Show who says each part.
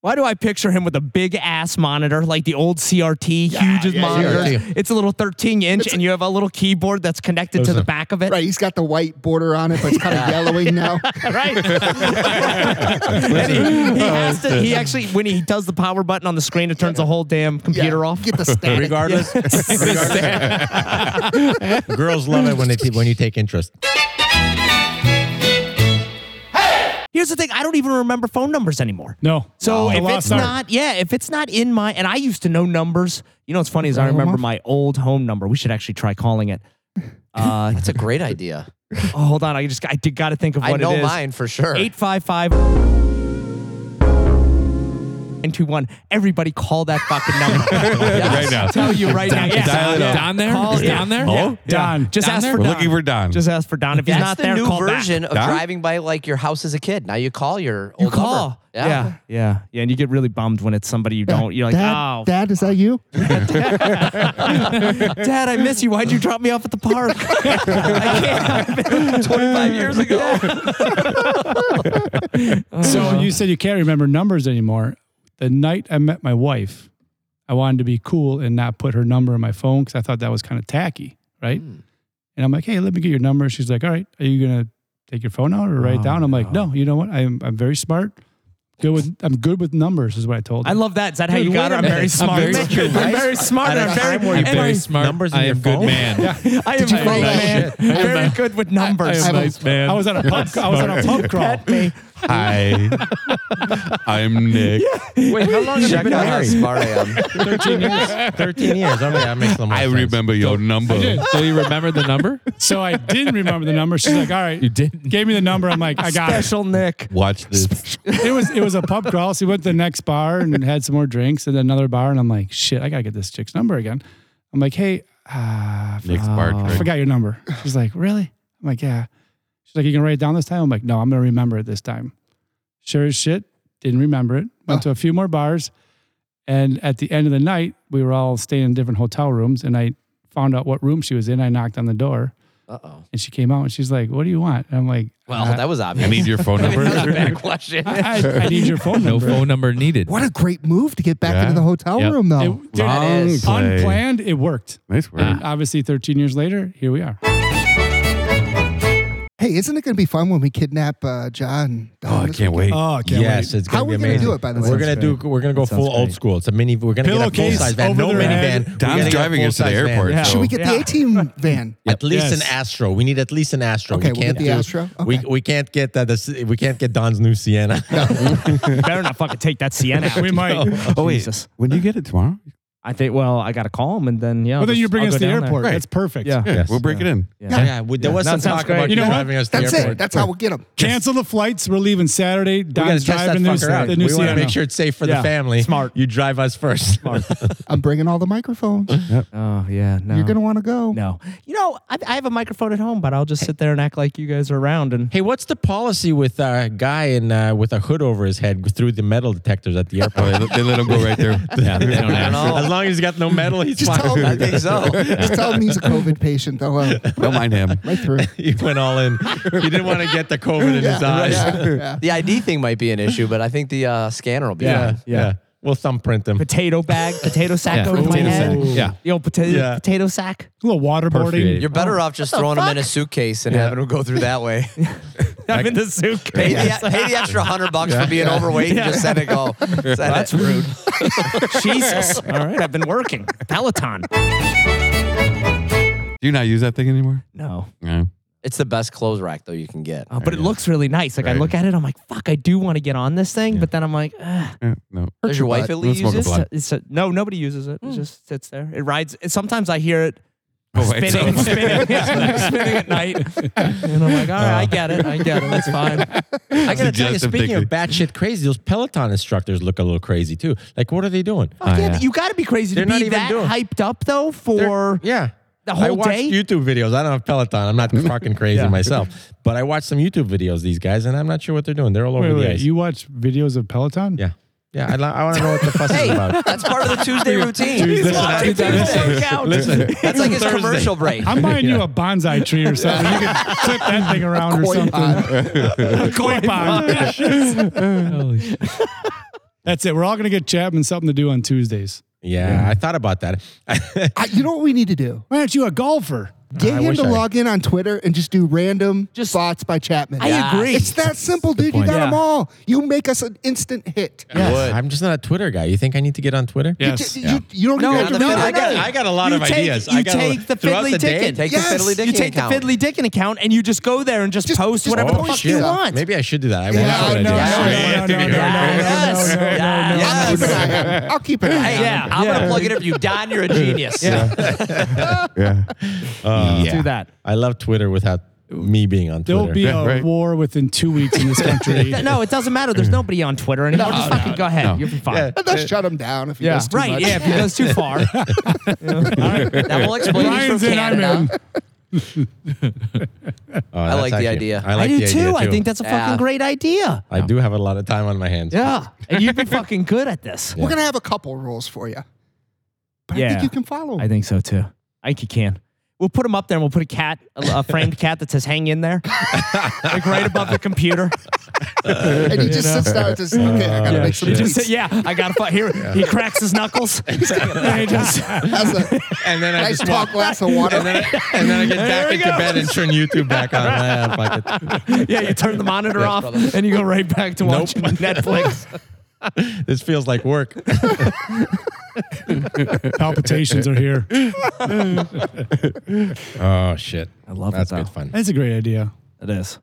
Speaker 1: Why do I picture him with a big ass monitor, like the old CRT,
Speaker 2: Yeah,
Speaker 1: hugest
Speaker 2: yeah,
Speaker 1: monitor?
Speaker 3: CRT.
Speaker 1: It's a little 13 inch,
Speaker 2: It's-
Speaker 1: and you have a little keyboard that's connected to
Speaker 3: Those
Speaker 1: the
Speaker 3: are-
Speaker 1: back of it.
Speaker 2: Right, he's got the white border on it, but it's kind of yellowing now.
Speaker 1: right? And he,
Speaker 2: Oh,
Speaker 1: he has to. He actually, when he does the power button on the screen, it turns the whole damn
Speaker 2: Yeah,
Speaker 1: computer off.
Speaker 2: Get the static.
Speaker 4: Regardless, regardless- girls love it when they
Speaker 3: when you take interest.
Speaker 1: Here's the thing: I don't even remember phone numbers anymore.
Speaker 5: No.
Speaker 1: So
Speaker 5: Wow.
Speaker 1: if
Speaker 5: Lost
Speaker 1: it's
Speaker 5: art.
Speaker 1: not, yeah, if it's not in my, and I used to know numbers. You know what's funny is I remember my old home number. We should actually try calling it. Uh,
Speaker 6: That's a great idea.
Speaker 1: oh, hold on, I just I did got to think of
Speaker 6: I
Speaker 1: what
Speaker 6: know
Speaker 1: it is.
Speaker 6: mine for sure.
Speaker 1: Eight five five. And two one. Everybody call that fucking number
Speaker 4: right now.
Speaker 1: Tell you right now. Yeah.
Speaker 4: dial it up.
Speaker 5: Don there?
Speaker 1: Call-
Speaker 5: Is
Speaker 1: yeah.
Speaker 5: Don there?
Speaker 4: Hello?
Speaker 5: Don.
Speaker 1: Just
Speaker 5: Don
Speaker 1: ask
Speaker 5: there?
Speaker 1: for
Speaker 4: We're
Speaker 1: Don.
Speaker 4: looking for Don.
Speaker 1: Just ask for Don. If he's
Speaker 6: That's
Speaker 1: not
Speaker 6: the
Speaker 1: there,
Speaker 6: new
Speaker 1: call
Speaker 6: version
Speaker 1: back.
Speaker 6: of
Speaker 4: Don?
Speaker 6: driving by like your house as a kid. Now you call your
Speaker 1: You
Speaker 6: old
Speaker 1: call.
Speaker 6: number.
Speaker 1: Yeah. yeah. Yeah. And you get really bummed when it's somebody you don't. You're like,
Speaker 2: Dad,
Speaker 1: oh,
Speaker 2: Dad, is that you?
Speaker 1: Dad, I miss you. Why'd you drop me off at the park? I can't. 25 years ago.
Speaker 5: So you said you can't remember numbers anymore. The night I met my wife, I wanted to be cool and not put her number in my phone because I thought that was kind of tacky, right?
Speaker 1: Hmm.
Speaker 5: And I'm like, hey, let me get your number. She's like, all right, are you gonna take your phone out or write it
Speaker 1: Oh,
Speaker 5: down? I'm like,
Speaker 1: no.
Speaker 5: no, you know what? I'm I'm very smart. Good with I'm good with numbers is what I told her.
Speaker 1: I love that. Is that how
Speaker 5: Dude,
Speaker 1: you got
Speaker 5: wait
Speaker 1: her?
Speaker 5: a
Speaker 1: I'm
Speaker 5: minute.
Speaker 1: very
Speaker 5: I'm
Speaker 1: smart.
Speaker 5: very
Speaker 1: I'm
Speaker 5: smart.
Speaker 1: very smart.
Speaker 3: At a
Speaker 1: I'm very
Speaker 3: time where you
Speaker 1: and
Speaker 3: bury
Speaker 1: I-
Speaker 3: smart numbers in
Speaker 4: I
Speaker 3: your
Speaker 4: am good
Speaker 3: phone?
Speaker 4: man.
Speaker 1: I am very,
Speaker 2: find that
Speaker 1: man, very good with numbers.
Speaker 2: I- I-
Speaker 4: Nice man.
Speaker 5: I was at a pub I was at a pub crawl.
Speaker 4: Hi. I'm Nick.
Speaker 6: Wait, how long have you been out how
Speaker 3: married?
Speaker 6: smart I am?
Speaker 3: 13 years. 13 years. Okay, that makes a little more
Speaker 4: I
Speaker 3: sense.
Speaker 4: remember your number.
Speaker 7: So you remember the number?
Speaker 5: So I didn't remember the number. She's like, all right. You
Speaker 7: didn't?
Speaker 5: Gave me the number. I'm like, I got it.
Speaker 1: Special Nick.
Speaker 4: Watch this.
Speaker 5: it was it was a pub crawl. So we went to the next bar and had some more drinks at another bar. And I'm like, shit, I gotta get this chick's number again. I'm like, hey, uh,
Speaker 4: Nick's bar
Speaker 2: Oh,
Speaker 5: I
Speaker 4: trick.
Speaker 5: forgot your number. She's like, really? I'm like, yeah. She's like, you can write it down this time. I'm like, no, I'm gonna remember it this time. Sure as shit, didn't remember it. Went to a few more bars, and at the end of the night, we were all staying in different hotel rooms, and I found out what room she was in. I knocked on the door,
Speaker 6: Uh oh.
Speaker 5: and she came out, and she's like, what do you want? And I'm like,
Speaker 6: Well,
Speaker 5: "Uh,
Speaker 6: that was
Speaker 4: I
Speaker 6: obvious.
Speaker 4: need your phone
Speaker 6: That was a
Speaker 4: number.
Speaker 6: bad question.
Speaker 5: I, I need your phone
Speaker 7: No
Speaker 5: number.
Speaker 7: phone number needed.
Speaker 2: What a great move to get back
Speaker 4: Yeah.
Speaker 2: into the hotel
Speaker 4: Yep.
Speaker 2: room, though.
Speaker 5: It- dude,
Speaker 4: Wrong
Speaker 5: it's
Speaker 4: play.
Speaker 5: unplanned. It worked.
Speaker 4: nice work.
Speaker 5: And obviously, 13 years later, here we are.
Speaker 2: hey, isn't it going to be fun when we kidnap uh, John?
Speaker 4: Oh, I can't wait.
Speaker 5: Oh,
Speaker 3: Yes, it's
Speaker 2: How
Speaker 3: gonna
Speaker 2: are
Speaker 3: be
Speaker 2: we gonna
Speaker 3: amazing.
Speaker 2: do it, by the way?
Speaker 3: we're gonna do. We're gonna go
Speaker 1: That sounds
Speaker 3: full old
Speaker 1: great.
Speaker 3: school. It's a mini. We're gonna get a
Speaker 5: Pillowcase
Speaker 3: full size van,
Speaker 5: over
Speaker 3: no
Speaker 5: their head.
Speaker 3: minivan. We gotta
Speaker 4: Dom's
Speaker 3: get a
Speaker 4: driving us to the
Speaker 3: full-size van.
Speaker 4: airport.
Speaker 5: van.
Speaker 4: so-
Speaker 2: Should we get the
Speaker 1: Yeah.
Speaker 2: A team van?
Speaker 3: At least an
Speaker 5: Yes.
Speaker 3: Astro. We need at least an Astro.
Speaker 2: Okay,
Speaker 3: we
Speaker 2: we'll
Speaker 3: can't
Speaker 2: get the
Speaker 3: do,
Speaker 2: Astro.
Speaker 3: We
Speaker 2: Okay.
Speaker 3: we can't get that. We can't get Don's new Sienna.
Speaker 1: Better not fucking take that Sienna out.
Speaker 5: We might.
Speaker 4: Oh, wait.
Speaker 1: Jesus.
Speaker 4: When do you get it tomorrow?
Speaker 1: I think, well, I got to call him and then, yeah.
Speaker 5: Well, then you bring
Speaker 1: I'll
Speaker 5: us
Speaker 1: go
Speaker 5: to the
Speaker 1: down there.
Speaker 5: airport.
Speaker 4: Right.
Speaker 5: That's perfect.
Speaker 1: Yeah.
Speaker 5: Yeah.
Speaker 4: Yes, we'll break it in.
Speaker 3: Yeah, we- there was
Speaker 1: Yeah,
Speaker 3: some
Speaker 1: that sounds
Speaker 3: talk
Speaker 1: great.
Speaker 3: about
Speaker 5: You know what?
Speaker 3: driving us to
Speaker 2: That's
Speaker 3: the airport.
Speaker 2: it. That's how we'll get him.
Speaker 5: Cancel the flights. We're leaving Saturday.
Speaker 3: we gotta
Speaker 5: Don's
Speaker 3: test that
Speaker 5: driving the new,
Speaker 3: fucker out.
Speaker 5: the new
Speaker 3: We want to
Speaker 5: Sienna.
Speaker 3: make sure it's safe for
Speaker 1: Yeah.
Speaker 3: the family.
Speaker 1: Smart.
Speaker 3: You drive us first.
Speaker 2: I'm bringing all the microphones.
Speaker 1: Oh, yeah. No.
Speaker 2: You're going to want to go.
Speaker 1: No. You know, I, I have a microphone at home, but I'll just sit there and act like you guys are around and
Speaker 3: Hey, what's the policy with uh, a guy in uh, with a hood over his head through the metal detectors at the
Speaker 4: Oh,
Speaker 3: airport?
Speaker 4: they, they let him go right there.
Speaker 7: Yeah, they don't have-
Speaker 6: know.
Speaker 3: As long as he's got no metal, he's
Speaker 2: Just tell
Speaker 3: fine.
Speaker 2: him.
Speaker 6: I think so.
Speaker 2: Just tell him he's a COVID patient. They'll uh,
Speaker 4: Don't mind him.
Speaker 2: right through.
Speaker 3: He went all in. He didn't want to get the COVID in his
Speaker 2: Yeah,
Speaker 3: eyes.
Speaker 2: yeah, yeah.
Speaker 6: The ID thing might be an issue, but I think the uh, scanner will be
Speaker 3: Yeah,
Speaker 6: fine.
Speaker 3: yeah. We'll thumbprint him.
Speaker 1: potato bag, potato sack
Speaker 7: Yeah,
Speaker 1: over my
Speaker 7: potato
Speaker 1: head.
Speaker 7: sack. Yeah.
Speaker 1: The old potato,
Speaker 3: Yeah.
Speaker 1: potato sack.
Speaker 5: a little waterboarding.
Speaker 7: Perforated.
Speaker 6: You're better off just throwing them in a suitcase and having them go through that way.
Speaker 1: I'm in the
Speaker 6: pay,
Speaker 1: suitcase.
Speaker 6: the, pay the extra hundred bucks for being overweight and just send it go. Send
Speaker 1: That's
Speaker 6: it.
Speaker 1: rude. Jesus. All right. I've been working. Peloton.
Speaker 4: Do you not use that thing anymore?
Speaker 1: No.
Speaker 4: No.
Speaker 6: It's the best clothes rack though you can get.
Speaker 1: Uh, but it looks really nice. Like I
Speaker 4: Right.
Speaker 1: look at it, I'm like, fuck, I do want to get on this thing. But then I'm like, Ugh,
Speaker 4: Yeah, no.
Speaker 6: Does your wife at least use
Speaker 4: Let's smoke a
Speaker 6: this?
Speaker 4: blunt.
Speaker 1: it's a, no, nobody uses it. It
Speaker 3: Mm.
Speaker 1: just sits there. It rides. It, sometimes I hear it
Speaker 4: Oh, wait,
Speaker 1: spinning,
Speaker 4: so-
Speaker 1: spinning, spinning at night, and I'm like, all
Speaker 4: Uh.
Speaker 1: right, I get it, I get it. That's fine.
Speaker 3: I gotta tell you,
Speaker 4: Suggestive
Speaker 3: speaking of
Speaker 4: thinking.
Speaker 3: batshit crazy, those Peloton instructors look a little crazy too. Like, what are they doing?
Speaker 4: Oh,
Speaker 1: Fuck yeah, You got to be crazy
Speaker 3: They're
Speaker 1: to
Speaker 3: not
Speaker 1: be
Speaker 3: even
Speaker 1: that
Speaker 3: doing-
Speaker 1: hyped up though for
Speaker 3: yeah.
Speaker 1: the
Speaker 3: I
Speaker 1: whole
Speaker 3: watched
Speaker 1: day.
Speaker 3: YouTube videos. I don't have Peloton. I'm not fucking crazy myself, but I watched some YouTube videos. These guys, and I'm not sure what they're doing. They're all over
Speaker 5: Wait,
Speaker 3: the
Speaker 5: wait,
Speaker 3: ice.
Speaker 5: you watch videos of Peloton?
Speaker 3: yeah, yeah. I, li- I want to know what the fuss is
Speaker 6: Hey,
Speaker 3: about.
Speaker 6: that's part of the Tuesday routine.
Speaker 3: Dude, listen,
Speaker 6: Why?
Speaker 3: I-
Speaker 6: Tuesday
Speaker 3: listen,
Speaker 6: workout.
Speaker 3: listen.
Speaker 6: That's like his
Speaker 3: Thursday.
Speaker 6: commercial break.
Speaker 5: I'm buying you a bonsai tree or something. You can flip that thing around or
Speaker 2: Koi
Speaker 5: something.
Speaker 2: pond.
Speaker 5: Koi pond. That's it. We're all going to get Chapman something to do on Tuesdays.
Speaker 3: Yeah, I thought about that.
Speaker 2: I, you know what we need to do?
Speaker 5: Why aren't you a golfer?
Speaker 2: Get
Speaker 3: I
Speaker 2: him
Speaker 3: wish
Speaker 2: to
Speaker 3: I-
Speaker 2: log in on Twitter and just do random just thoughts by Chapman.
Speaker 1: I Yeah. agree.
Speaker 2: It's that simple, dude. You got
Speaker 5: Yeah.
Speaker 2: them all. You make us an instant hit.
Speaker 6: would.
Speaker 3: I'm just not a Twitter guy. You think I need to get on Twitter?
Speaker 2: You,
Speaker 5: Yes.
Speaker 2: ju- you, you don't
Speaker 1: No,
Speaker 2: even have to
Speaker 6: no,
Speaker 2: read
Speaker 6: I
Speaker 2: it.
Speaker 6: got-
Speaker 3: I got a lot
Speaker 1: You
Speaker 3: of
Speaker 1: take-
Speaker 3: ideas.
Speaker 1: You
Speaker 3: I got a
Speaker 1: take
Speaker 3: lot-
Speaker 1: the
Speaker 3: throughout
Speaker 1: fiddly
Speaker 3: the day,
Speaker 1: ticket.
Speaker 6: Take
Speaker 2: Yes,
Speaker 6: the fiddly dick
Speaker 1: you take
Speaker 6: account.
Speaker 1: the fiddly Dickin account and you just go there and just,
Speaker 2: Just-
Speaker 1: post
Speaker 2: just
Speaker 1: whatever the
Speaker 2: post
Speaker 1: fuck you
Speaker 2: it.
Speaker 1: want.
Speaker 3: Oh, Maybe I should do that. I
Speaker 2: Yeah,
Speaker 3: want
Speaker 2: no,
Speaker 3: to do
Speaker 2: no,
Speaker 3: that.
Speaker 5: no, no, no, no,
Speaker 1: Yes.
Speaker 5: no, no, no,
Speaker 1: Yeah.
Speaker 5: no, no.
Speaker 2: I'll keep an eye on it. I'll keep an eye
Speaker 6: Hey,
Speaker 2: on it.
Speaker 1: Yeah.
Speaker 6: I'm
Speaker 1: Yeah.
Speaker 6: gonna plug it up. You Don, you're a genius.
Speaker 4: Yeah.
Speaker 3: Uh,
Speaker 1: do that.
Speaker 3: I love Twitter without me being on
Speaker 5: There'll
Speaker 3: Twitter.
Speaker 5: be
Speaker 4: Yeah,
Speaker 5: a
Speaker 4: right.
Speaker 5: war within two weeks in this country.
Speaker 1: Th- No, it doesn't matter. There's nobody on Twitter anymore. just fucking go ahead. You'll be fine.
Speaker 2: But Let's shut him down if he
Speaker 5: Yeah.
Speaker 2: does too
Speaker 1: Right.
Speaker 2: much.
Speaker 1: Yeah. If he goes too far.
Speaker 6: That will explain he's
Speaker 5: Ryan's
Speaker 6: from
Speaker 5: in, I'm
Speaker 6: Canada.
Speaker 5: in.
Speaker 3: Oh, that's
Speaker 6: like the
Speaker 3: accurate.
Speaker 6: idea.
Speaker 3: I
Speaker 1: I
Speaker 3: like
Speaker 1: do
Speaker 3: the
Speaker 1: too.
Speaker 3: idea too.
Speaker 1: I think that's a
Speaker 6: Yeah.
Speaker 1: fucking great idea.
Speaker 3: I do have a lot of time on my hands.
Speaker 1: Yeah. And you've been fucking good at this.
Speaker 2: We're going to have a couple rules for you. But I
Speaker 1: Yeah.
Speaker 2: think you can follow
Speaker 1: I
Speaker 2: him.
Speaker 1: think so too. I think you can. We'll put them up there and we'll put a cat, a, a framed cat that says hang in there. like right above the computer.
Speaker 2: And he just sits there and says, okay, I got to
Speaker 5: yeah,
Speaker 2: make some
Speaker 1: He just said,
Speaker 2: tweets.
Speaker 1: yeah, I got to fight here. He cracks his knuckles. and he just,
Speaker 2: That's a
Speaker 3: And then I
Speaker 2: nice
Speaker 3: just
Speaker 2: tall
Speaker 3: walk.
Speaker 2: glass of water.
Speaker 3: And then, I, and then I get back
Speaker 1: we
Speaker 3: into
Speaker 1: go.
Speaker 3: bed and turn YouTube back on. Ah, fuck it.
Speaker 1: yeah, you turn the monitor off and you go right back to
Speaker 3: Nope.
Speaker 1: watching Netflix.
Speaker 3: This feels like work.
Speaker 5: Palpitations are here.
Speaker 3: Oh shit!
Speaker 1: I love
Speaker 3: That's
Speaker 1: it though.
Speaker 3: good fun.
Speaker 5: That's a great idea.
Speaker 1: It is.